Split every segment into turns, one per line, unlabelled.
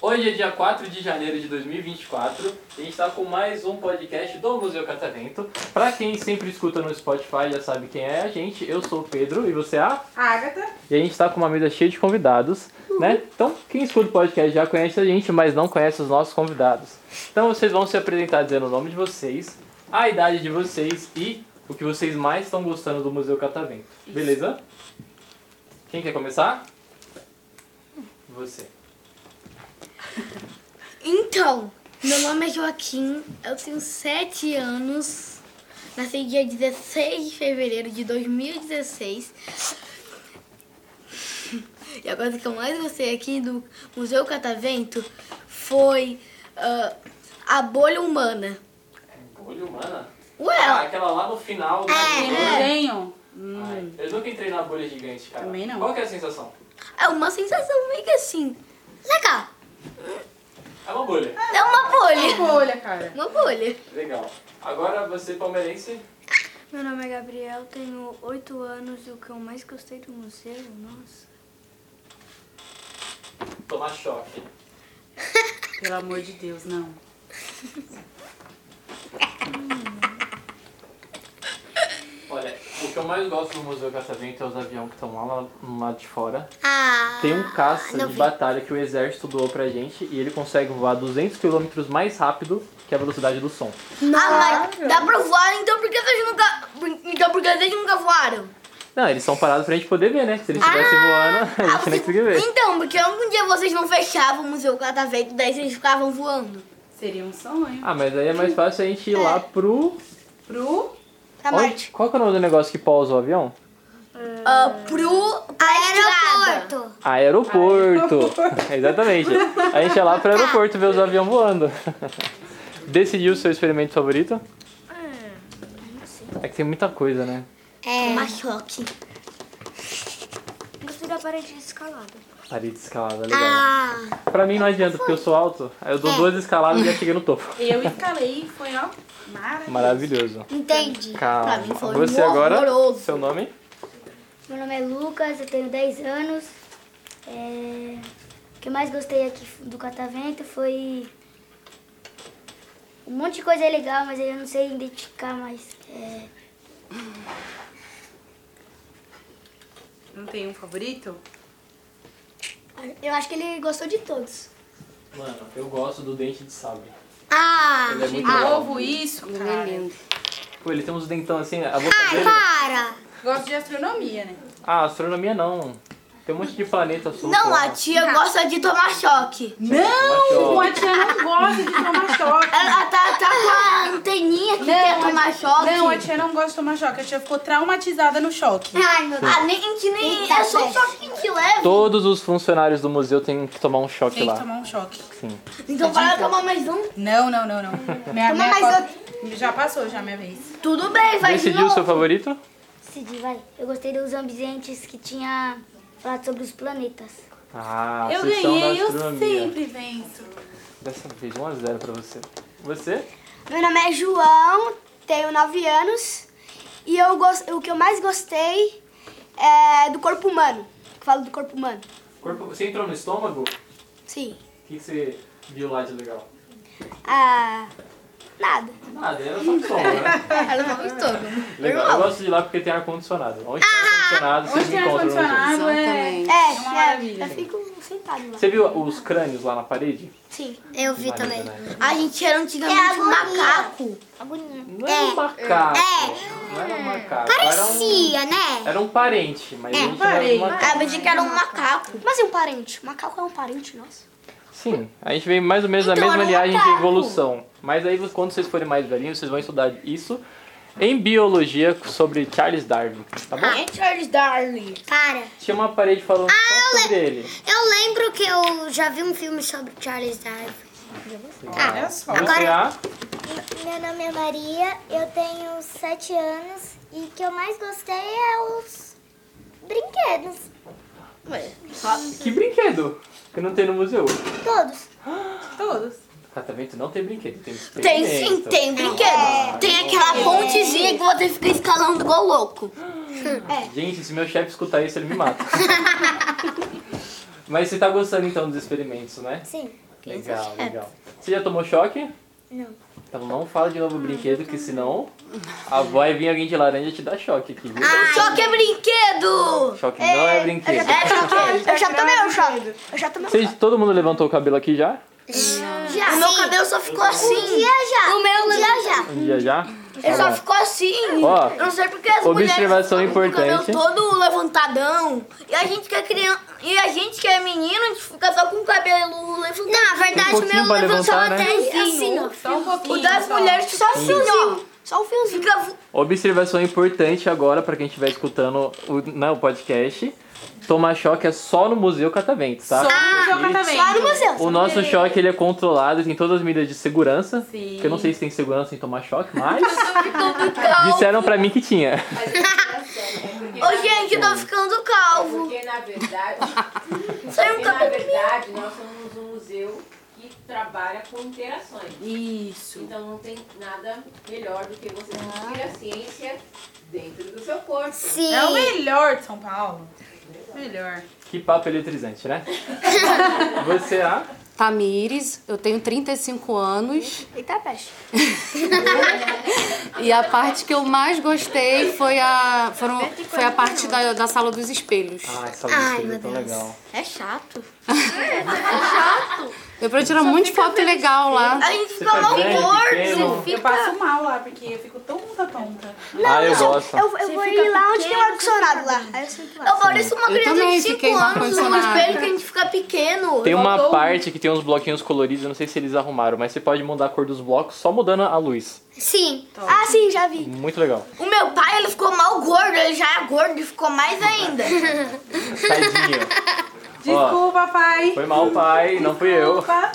Hoje é dia 4 de janeiro de 2024 e a gente está com mais um podcast do Museu Catavento. Para quem sempre escuta no Spotify já sabe quem é a gente. Eu sou o Pedro e você é a
Agatha.
E a gente tá com uma mesa cheia de convidados, né? Então, quem escuta o podcast já conhece a gente, mas não conhece os nossos convidados. Então, vocês vão se apresentar dizendo o nome de vocês, a idade de vocês e o que vocês mais estão gostando do Museu Catavento. Beleza? Quem quer começar? Você.
Então, meu nome é Joaquim, eu tenho 7 anos, nasci dia 16 de fevereiro de 2016. E a coisa que eu mais gostei aqui do Museu Catavento foi ah, a bolha humana.
Bolha humana? Ah,
Ué,
aquela lá no final do
É.
Desenho.
Ai, Eu nunca entrei na bolha gigante, cara.
Também não.
Qual que é a sensação?
é uma sensação meio que assim, legal,
É uma bolha.
é uma bolha,
Folha, cara.
uma bolha.
Legal. Agora você, palmeirense,
Meu nome é Gabriel, tenho 8 anos e o que eu mais gostei do museu, nossa.
tomar choque.
Pelo amor de Deus, não.
Olha, o que eu mais gosto do Museu Catavento é os aviões que estão lá, no lado de fora.
Ah,
Tem um caça
não
de
vi.
batalha que o exército doou pra gente e ele consegue voar 200 km mais rápido que a velocidade do som.
Ah, mas dá pra voar, então por que vocês nunca, então por que vocês nunca voaram?
Não, eles estão parados pra gente poder ver, né? Se eles estivessem voando, a
Ah,
gente
vocês-
não conseguia ver.
Então, porque um dia vocês não fechavam o Museu Catavento, daí vocês ficavam voando.
Seria um sonho.
Ah, mas aí é mais fácil a gente ir lá pro.
Pro.
Tá,
Onde? Qual que é o nome do negócio que pousa o avião?
Ah, pro aeroporto.
Aeroporto. Exatamente. A gente ia lá pro aeroporto ver os aviões voando. Decidiu o seu experimento favorito? É que tem muita coisa, né?
É. Uma choque.
Gostei da parede escalada.
Parede escalada, legal.
Ah, É.
Pra mim não adianta, porque eu sou alto. Aí eu dou duas escaladas e já cheguei no topo.
Eu escalei, foi ó. Maravilhoso.
Maravilhoso.
entendi.
Calma.
Pra mim foi
Você
um
agora,
horroroso.
seu nome?
Meu nome é Lucas, eu tenho 10 anos. É, O que eu mais gostei aqui do catavento foi um monte de coisa legal, mas eu não sei identificar mais. É,
Não tem um favorito?
Eu acho que ele gostou de todos.
Mano, eu gosto do dente de sabre.
Ah,
Ele é
De
muito legal.
novo isso, cara.
Pô, ele tem uns dentão assim, a boca
Ah,
dele.
para.
Gosto de astronomia, né?
Ah, astronomia não. Tem um monte de planeta sul.
Não, a tia gosta de tomar choque.
é
Não! A tia não gosta de tomar choque.
Ela tá, tá com a anteninha que quer tomar choque.
Não, a tia não gosta de tomar choque. A tia ficou traumatizada no choque.
Ai, meu Deus. Ah, nem, a gente nem...
Eita,
é só um
gente.
choque que a gente leva.
Todos os funcionários do museu têm que tomar um choque
Tem que
lá.
tomar um choque.
Sim.
Então para tomar mais um.
Não, não, não, não. Minha,
Toma
minha
mais
copa- Já passou já minha vez.
Tudo bem, vai de
Decidiu o
novo.
seu favorito?
Cid, vai. Eu gostei dos ambientes que tinha falado sobre os planetas.
Ah,
Eu
vocês são da
ganhei, eu
astronomia.
sempre venço.
Dessa vez, 1x0 pra você. Você?
Meu nome é João, tenho 9 anos e eu gos- o que eu mais gostei é do corpo humano. Eu falo do corpo humano.
Corpo- Você entrou no estômago? O
Sim.
que que você viu lá de legal?
Ah, nada.
Nada, era só um estômago, né?
Ela não gostou.
Legal. Eu gosto de ir lá porque tem ar-condicionado. Onde tem ar-condicionado, vocês
Onde
me
tem
encontram no museu.
ar-condicionado é...
É,
uma
é,
maravilha.
eu fico sentado lá.
Você viu os crânios lá na parede?
Sim.
Eu vi
Vale
também. É.
a pena. né?
A gente era antigamente um macaco.
É Agonia.
Não era um macaco.
É.
Não era um macaco. Era
Parecia,
um,
né?
era um parente, mas a gente
parente.
não era um macaco.
Eu pensei que era um macaco.
Mas é um parente. Macaco é um parente nosso.
Sim, a gente vem mais ou menos na
Então,
mesma
era um
linhagem de
macaco.
evolução. Mas aí, quando vocês forem mais velhinhos, vocês vão estudar isso em biologia sobre Charles Darwin, tá bom?
É Ah, Charles Darwin.
Para.
Tinha uma parede falando só sobre ele.
Eu lembro que eu já vi um filme sobre Charles Darwin.
Ah,
Olha É só.
Você ah,
Meu nome é Maria, eu tenho 7 anos e o que eu mais gostei é os brinquedos.
que brinquedo que não tem no museu.
Todos.
Todos.
Catavento não tem brinquedo, tem experimento.
Tem sim, tem brinquedo. É. tem aquela
É.
pontezinha que você fica escalando igual louco.
Gente, se meu chefe escutar isso, ele me mata. Mas você tá gostando então dos experimentos, né?
Sim.
Legal, legal. Você já tomou choque?
Não.
Então não fala de novo o brinquedo, que senão a vai vir alguém de laranja e te dar choque aqui, viu?
Só que é brinquedo!
Choque não é brinquedo.
Eu já tomei um choque. Eu já tomei
Vocês, todo mundo levantou o cabelo aqui já?
Já, o meu cabelo só ficou assim. Um dia já. O meu é dia já.
Um dia já?
Ele só ficou assim.
Ó,
Eu não sei porque as
observação
mulheres ficam
importante.
com o cabelo todo levantadão. E a gente que é criança, e a gente que é menino, a gente fica só com o cabelo levantado. Na
verdade, Um pouquinho o meu pra levantou levantar, até né?
assim, ó.
Só um pouquinho.
O das
só.
mulheres só o fiozinho. Só o fiozinho. Fica vo-
Observação importante agora pra quem estiver escutando o, né, o podcast. Tomar choque é só no Museu Catavento, tá?
Só um no Museu Catavento.
lá no museu.
O nosso choque ele é controlado, tem todas as medidas de segurança.
Sim.
Que eu não sei se tem segurança em tomar choque, mas disseram pra mim que tinha.
Tá
Ô, gente, eu tô ficando calvo.
é Porque na verdade,
Saiu um
porque, na
cabelo.
verdade nós somos um museu que trabalha com interações.
Isso.
Então não tem nada melhor do que você sentir a ciência dentro do seu corpo.
Sim.
É o melhor de São Paulo. Melhor.
Que papo eletrizante, né? Você, ah,
Tamires, eu tenho 35 anos
Eita, peste.
e a parte que eu mais gostei foi a, foram, foi a parte da, da sala dos espelhos.
ah essa música é tão legal.
É chato.
Eu pra tirar um monte de foto legal lá.
A gente
Você
fica
tá
mal
grande,
gordo.
pequeno?
Fica...
Eu passo mal lá, porque eu fico tonta, tonta.
ah, eu gosto.
Eu, eu vou ir lá onde tem um ar-condicionado lá. Aí eu sinto lá.
Eu pareço uma
Eu
criança
também
de
fiquei
5
no
anos no
ar-condicionado.
espelho que a gente fica pequeno.
Tem uma
Faltou um.
parte que tem uns bloquinhos coloridos, eu não sei se eles arrumaram, mas você pode mudar a cor dos blocos só mudando a luz.
Sim.
Ah, sim, já vi.
Muito legal.
O meu pai, ele ficou mal gordo, ele já é gordo e ficou mais ainda.
Tadinho.
Desculpa, pai.
Foi mal, pai, não fui eu.
Desculpa.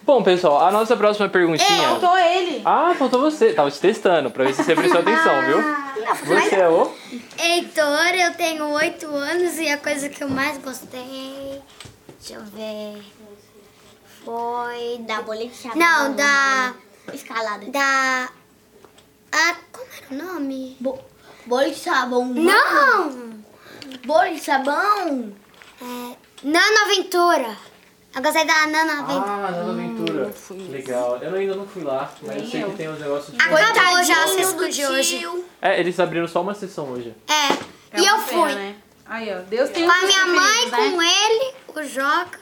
Bom, pessoal, a nossa próxima perguntinha.
Faltou ele.
Ah, faltou você. Tava te testando pra ver se você prestou atenção, viu? Você é o.
Heitor, eu tenho 8 anos e a coisa que eu mais gostei. Deixa eu ver. Foi da.
bolinha
Não, da.
Escalada.
Da. A, como era o nome?
Bolho de
tá
sabão.
Não!
Bolho de sabão.
É, Nana Aventura. Eu gostei da Nana Aventura.
Ah, Nana Aventura. Legal. Eu ainda não fui lá, mas eu sei que tem uns negócios de.
Acabou já a
Tadinho
sessão
do
de hoje.
tio.
É, eles abriram só uma sessão hoje.
É.
É
e eu
uma pena,
fui.
né? Aí, ó. Deus tem
Com a
um
minha mãe,
filho feliz,
com ele, o Joca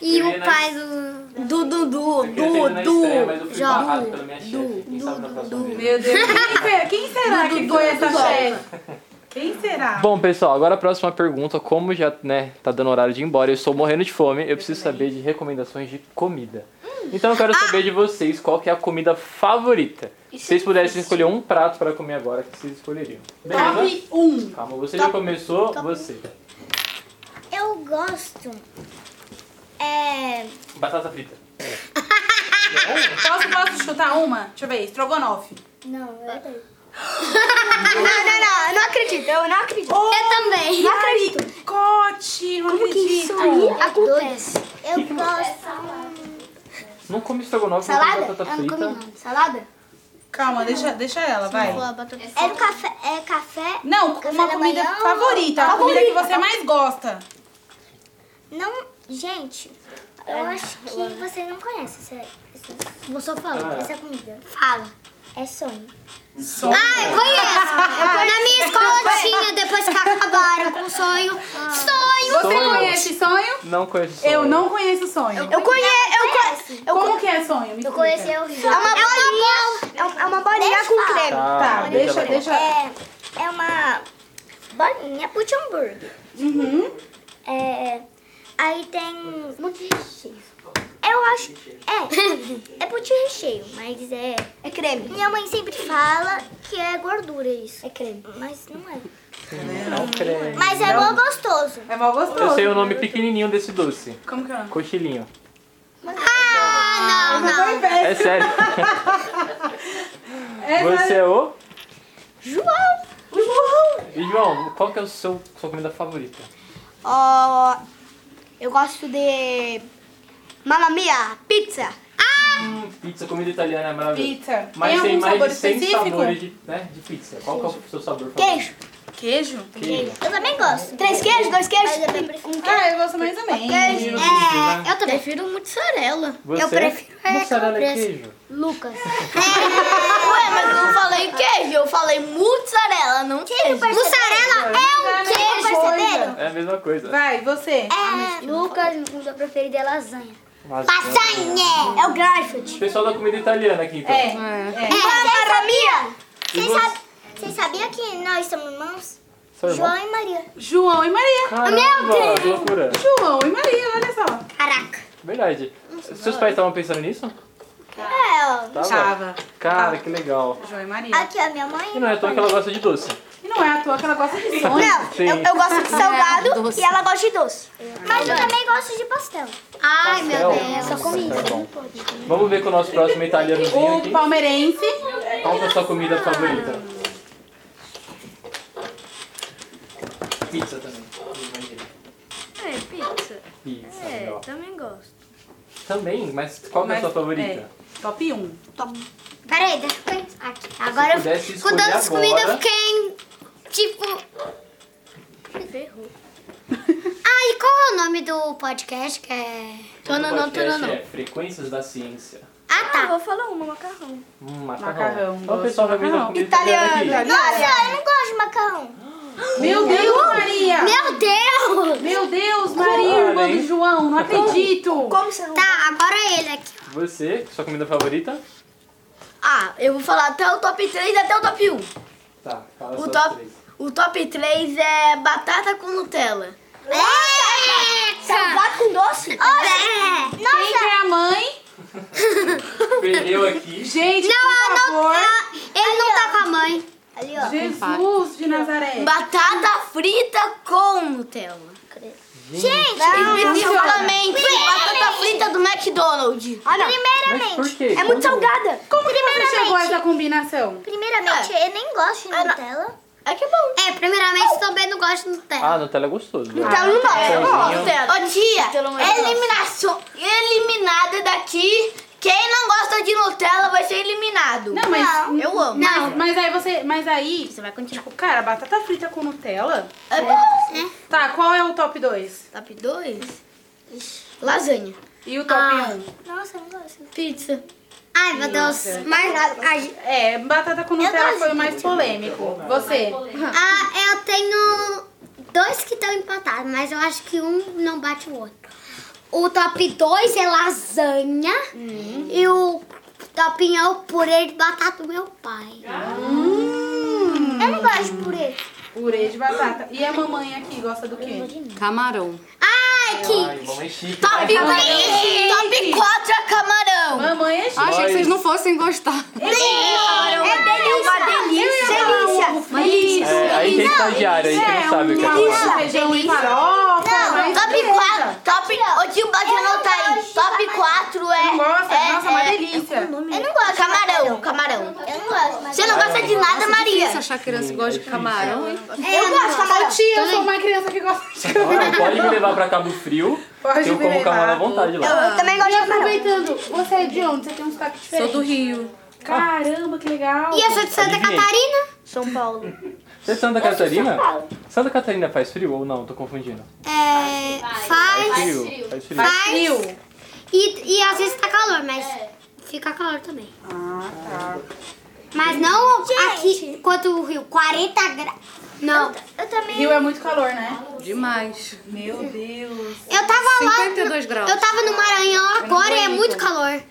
e o
Meninas.
pai do.
Do Dudu,
Eu queria terminar a estreia, mas eu fui
já,
barrado pela minha chefe. Quem sabe na próxima vez.
Meu Deus. Quem será, quem será que foi essa chefe? Quem será?
Bom, pessoal, agora a próxima pergunta. Como já né, tá dando horário de ir embora, eu estou morrendo de fome, eu preciso saber de recomendações de comida. Então eu
Ah!
quero saber de vocês qual que é a comida favorita.
é
Se vocês pudessem escolher um prato para comer agora, o que vocês escolheriam? Beleza?
Top 1.
Calma, você já começou, você.
Eu gosto. É.
Batata frita.
Posso, posso chutar uma? Deixa eu ver. Estrogonofe.
Não, eu
Não, não, não. Eu não acredito. Eu não acredito.
também.
Não acredito.
Oh, Cote, não acredito.
Acontece. Eu gosto.
Não come estrogonofe, não come
Salada?
batata
Eu não
frita.
comi não. Salada?
Calma, deixa, deixa ela, vai.
É no café. É café.
Não,
Café
uma
da
comida
manhã?
é favorita. A comida que você mais gosta.
Não. Gente, Ah, eu acho que você não conhece essa. essa- Vou só falar
Ah.
essa comida. Fala. É sonho.
Sonho.
Ah, eu conheço! Na minha escola tinha, depois que acabaram com o sonho. Sonho!
Você
Sonho.
conhece sonho?
Não conheço sonho.
Eu não conheço sonho.
Eu conheço. Eu conheço.
Como que é sonho? Me
Eu
explica.
conheci o Rio.
É uma bolinha. É uma, é uma bolinha com creme.
Tá, deixa,
ela-
deixa.
É, é uma bolinha pro de hambúrguer. Uhum. É, aí tem um monte de recheio. Eu acho. É, é pro de recheio, mas é.
É creme.
Minha mãe sempre fala que é gordura isso. É creme. Mas não é.
Não creio.
Mas é mó gostoso.
É mal gostoso.
Eu sei o nome pequenininho desse doce.
Como que é?
Cochilinho.
Ah,
Não, não. Foi
É
péssimo.
sério.
Essa-
Você é o...
João.
E, João, qual que é a sua comida favorita?
Ó, eu gosto de mamamia, pizza.
Ah,
Não, Hum, pizza, comida italiana é maravilhosa.
Pizza.
Mas
Tem
tem
algum
mais
sabor
de 100
específico?
sabores de, né, de pizza. Qual que é o seu sabor favorito?
Queijo.
Queijo?
Queijo.
Eu também gosto.
Três queijos, dois queijos. É,
Mas eu também prefiro um
Ah, eu gosto mais ou menos.
Queijo. né?
Eu também prefiro mussarela.
Você?
prefiro-
Mussarela é
é,
queijo.
Lucas.
É,
Ué, mas eu não falei queijo, eu falei mussarela, não queijo.
Mussarela
Ah,
é um queijo. Perceberam?
É a mesma coisa.
Vai, você.
Ah,
É, Lucas, o meu preferido é lasanha.
Mas-
Lasanha. É o Garfield.
Pessoal da comida italiana aqui, então.
É.
É.
É, Maria.
E
Vocês
você-
sab- Vocês sabiam que nós somos irmãos?
Seu irmão?
João e Maria.
João e Maria.
Caramba, que loucura.
João e Maria, olha só.
Caraca.
Verdade. Seus pais estavam pensando nisso?
É, ó.
Tava.
Tava.
Cara, que legal.
João e Maria.
Aqui, ó, minha mãe.
E não é à toa que ela gosta de doce.
E não é à toa que ela gosta de sonho.
Não,
Sim.
eu, eu gosto de
É,
salgado
doce.
e ela gosta de doce.
Mas eu também gosto de pastel.
Ai, meu
Pastel.
Deus.
Nossa, tá bom. Vamos ver com o nosso próximo italianozinho
O
aqui.
palmeirense.
Qual que é a sua comida favorita? Pizza também. imagina.
É, pizza. É,
Pizza, legal.
também gosto.
Também? Mas qual que é a sua
mas-
favorita?
é, top 1.
Peraí, deixa eu pensar aqui.
Se
Agora eu
pudesse
com
escolher
tantas comidas eu
agora...
fiquei em, tipo. Ah, e qual é o nome do podcast que é.
Tonanã, tonanã. É Frequências da Ciência.
Ah,
Ah,
tá.
vou falar uma, macarrão.
Hum,
Macarrão,
macarrão. Então
gosto
o pessoal
de
vai ver a
macarrão.
comida italiana aqui.
Nossa,
Eu não gosto de macarrão.
Meu Deus, Maria.
meu Deus!
Meu Deus, Maria,
Olha,
irmã
hein?
do João. Não acredito.
Como você não
Tá, agora ele aqui.
Você, sua comida favorita?
Ah, eu vou falar até o top 3 até o top 1.
Tá, fala
O
suas
top,
três.
o top 3 é batata com Nutella.
Tá.
tá.
Salgado com doce? Olha!
Quem que é a mãe?
Perdeu aqui.
Gente, por favor.
Ele não tá com a mãe.
Ali,
tá-
ó.
Jesus de Nazaré.
Batata frita com Nutella.
Gente,
E
funciona.
também tem batata frita do McDonald's.
Olha,
Mas por quê?
é muito salgada.
Como que
é?
você chegou a essa combinação?
primeiramente, eu nem gosto de
Ah,
Nutella.
É que é bom.
É, primeiramente eu também não gosto de Nutella.
Ah, Nutella é gostoso. né?
Então não gosto. Eu gosto.
Nutella.
Ô tia, eliminação, eliminada daqui. Quem não gosta de Nutella vai ser eliminado.
Não, mas...
eu amo.
Mas, mas aí você... Mas aí... Você vai continuar. Tipo, cara, batata frita com Nutella?
É bom.
Tá, qual é o top 2?
Top 2. Lasanha.
E o top 1?
Nossa, eu não gosto.
Pizza.
Ai, meu Deus. Mas a,
É, batata com Nutella foi o mais polêmico. Você?
a- Ah, eu tenho dois que estão empatados, mas eu acho que um não bate o outro. O top 2 é lasanha e o top 1 é o purê de batata do meu pai.
Eu não gosto de purê.
Purê de batata. E a mamãe aqui gosta do quê?
Camarão.
Ai, mamãe chique. né?
Top 3. Top 4 é camarão.
Mamãe é chique.
Ah, Achei que vocês não fossem gostar. um
É, aí tem estagiário aí
um
que não sabe o que é
arroz, feijão e farofa. mas
Top
beleza.
4. Top. Ô tio, pode anotar aí. Top 4 é.
Não Gosta?
é-
Nossa, uma
é-
delícia.
Eu não gosto.
Camarão, camarão.
Eu não gosto, mas...
Você não gosta de nada, Maria?
é Você achar criança que gosta de camarão, hein?
Eu gosto,
Ô,
camarão.
tia, eu sou uma criança que gosta de
Olha, Então, Pode me levar pra Cabo Frio.
Pode
que eu
me
como
levar.
camarão à vontade lá.
Eu também gosto
E
de camarão.
aproveitando, você é de onde? Você tem um sotaque
Sou
diferente.
do Rio.
Caramba, que legal.
E eu sou de Santa
Adivinha.
Catarina?
São Paulo.
Você é Santa Catarina? Santa Catarina faz frio ou não? Tô confundindo.
É, faz.
Frio. Faz frio.
Faz frio.
E, e às vezes tá calor, mas fica calor também.
Ah, tá.
Mas não aqui quanto o Rio, 40 graus. Não.
Eu também...
Rio é muito calor, né?
Demais.
Meu Deus.
Eu tava lá.
52 graus.
Eu tava no Maranhão agora e é muito calor.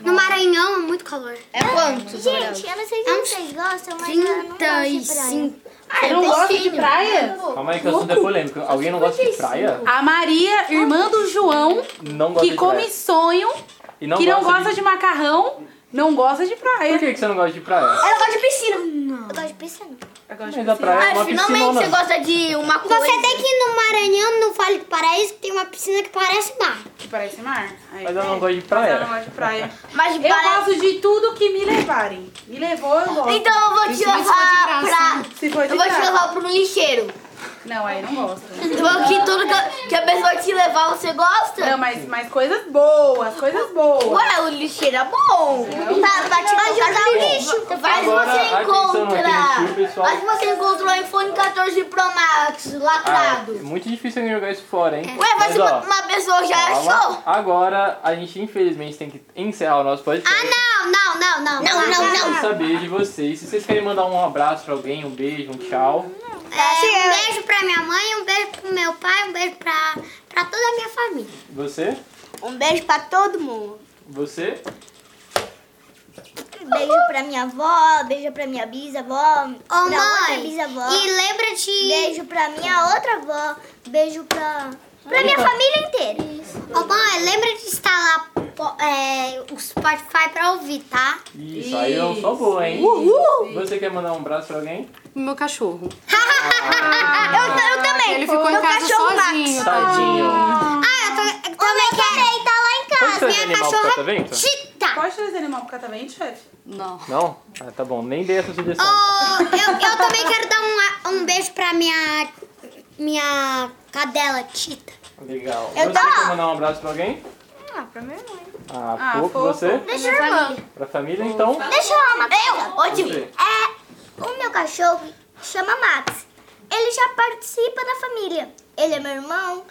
No Maranhão é muito calor. É
É quanto?
Gente, eu não sei se vocês gostam, mas eu não gosto de praia.
35.
Ah, eu não gosto de praia?
Calma aí que o assunto é polêmico. Alguém não gosta de praia?
A Maria, irmã do João,
Não gosta
que
de
come
praia.
sonho,
E não
que não
gosta
gosta de... macarrão, não gosta de praia.
Por que que você não gosta de praia?
Ela gosta de piscina.
Eu gosto de piscina.
Eu gosto
Mas a praia é
Ah,
uma piscina ou
finalmente você
não?
gosta de uma coisa.
Você tem que ir no Maranhão, no Vale do Paraíso, que tem uma piscina que parece mar.
Que parece mar. Aí,
Mas eu não
é.
gosto de
Mas eu não
praia.
gosto de praia.
Mas
Eu
para-
gosto de tudo que me levarem. Me levou, eu gosto.
Então eu vou te
Principalmente se for de
levar
graça,
pra.
Se for de
Então, Eu vou te
graça.
levar pro lixeiro.
Não, aí não gosto.
Então, que tudo que a, que a pessoa te levar, você gosta?
Não, mas, mas coisas boas, coisas boas.
Ué, o lixeiro é bom. tipo,
Tá, vai te ajudar o lixo.
Mas
Agora,
você
atenção aqui,
encontra.
tio, pessoal.
Mas você encontrou o iPhone 14 Pro Max
Ah,
lacrado.
muito difícil alguém jogar isso fora, hein?
Ué, mas uma, uma pessoa já
calma.
achou?
Agora a gente infelizmente tem que encerrar o nosso podcast.
Não, não, não, não. Não, não,
Quero saber de vocês. Se vocês querem mandar um abraço pra alguém, um beijo, um tchau.
É, um beijo pra minha mãe, um beijo pro meu pai, um beijo pra, pra toda a minha família.
Você?
Um beijo pra todo mundo.
Você?
Beijo pra minha avó, beijo pra minha bisavó,
Ô, mãe,
bisavó.
e lembra de...
Beijo pra minha outra avó, beijo pra...
Pra minha família inteira. Ô, mãe, lembra de instalar po- é, o Spotify pra ouvir, tá?
Isso, aí eu sou boa, hein? Você quer mandar um abraço pra alguém?
Meu cachorro.
Ah, Eu, eu também.
Ele ficou em casa sozinho.
Tadinho.
Ah, eu, tô- eu também quero. Tá lá em
Pode trazer
Minha
animal pro
cachorra
catavento?
Tita.
Pode trazer animal pro catavento, chefe?
Não.
Não? Ah, tá bom, nem dei essa sugestão.
Ô, eu, eu também quero dar um, a- um beijo pra minha, minha cadela, Tita.
Legal. você quer mandar um abraço pra alguém?
Ah, pra minha mãe.
Ah,
Ah,
pouco.
fofo.
Você?
Deixa eu falar.
Pra família, então?
Deixa eu falar uma Eu?
Você.
É, o meu cachorro chama Max. Ele já participa da família. Ele é meu irmão,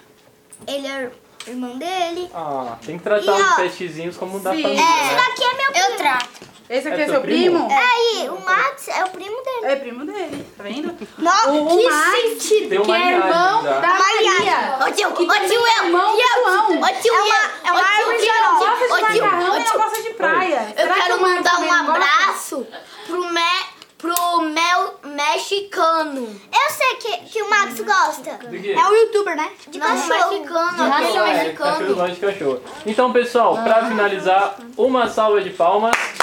ele é irmão dele.
Ah, tem que tratar
E,
os
ó,
peixezinhos como um da
sim.
família. né?
Esse daqui é meu primo. Eu trato.
Esse aqui
É
é,
seu
seu primo?
Aí, o Max é o primo dele.
É. primo dele, tá vendo?
Nossa,
O- o Max, é
Tem uma é irmão já.
Maria.
Ô tio, ô tio eu,
irmão do João.
ô tio eu,
é uma
ô
árvore
tio
Gosta
eu,
de
ô tio,
macarrão e
ô
não
tio,
gosta de praia.
eu
Será que
quero
o Max
mandar um
também gosta?
abraço pro me, pro mel mexicano.
Eu sei que, que o Max gosta.
Do quê?
É um
o youtuber, né? De
Não,
cachorro.
mexicano,
Ah,
aquele
é,
mexicano.
Ah. cachorro gosta de cachorro. Então, pessoal, pra finalizar, uma salva de palmas.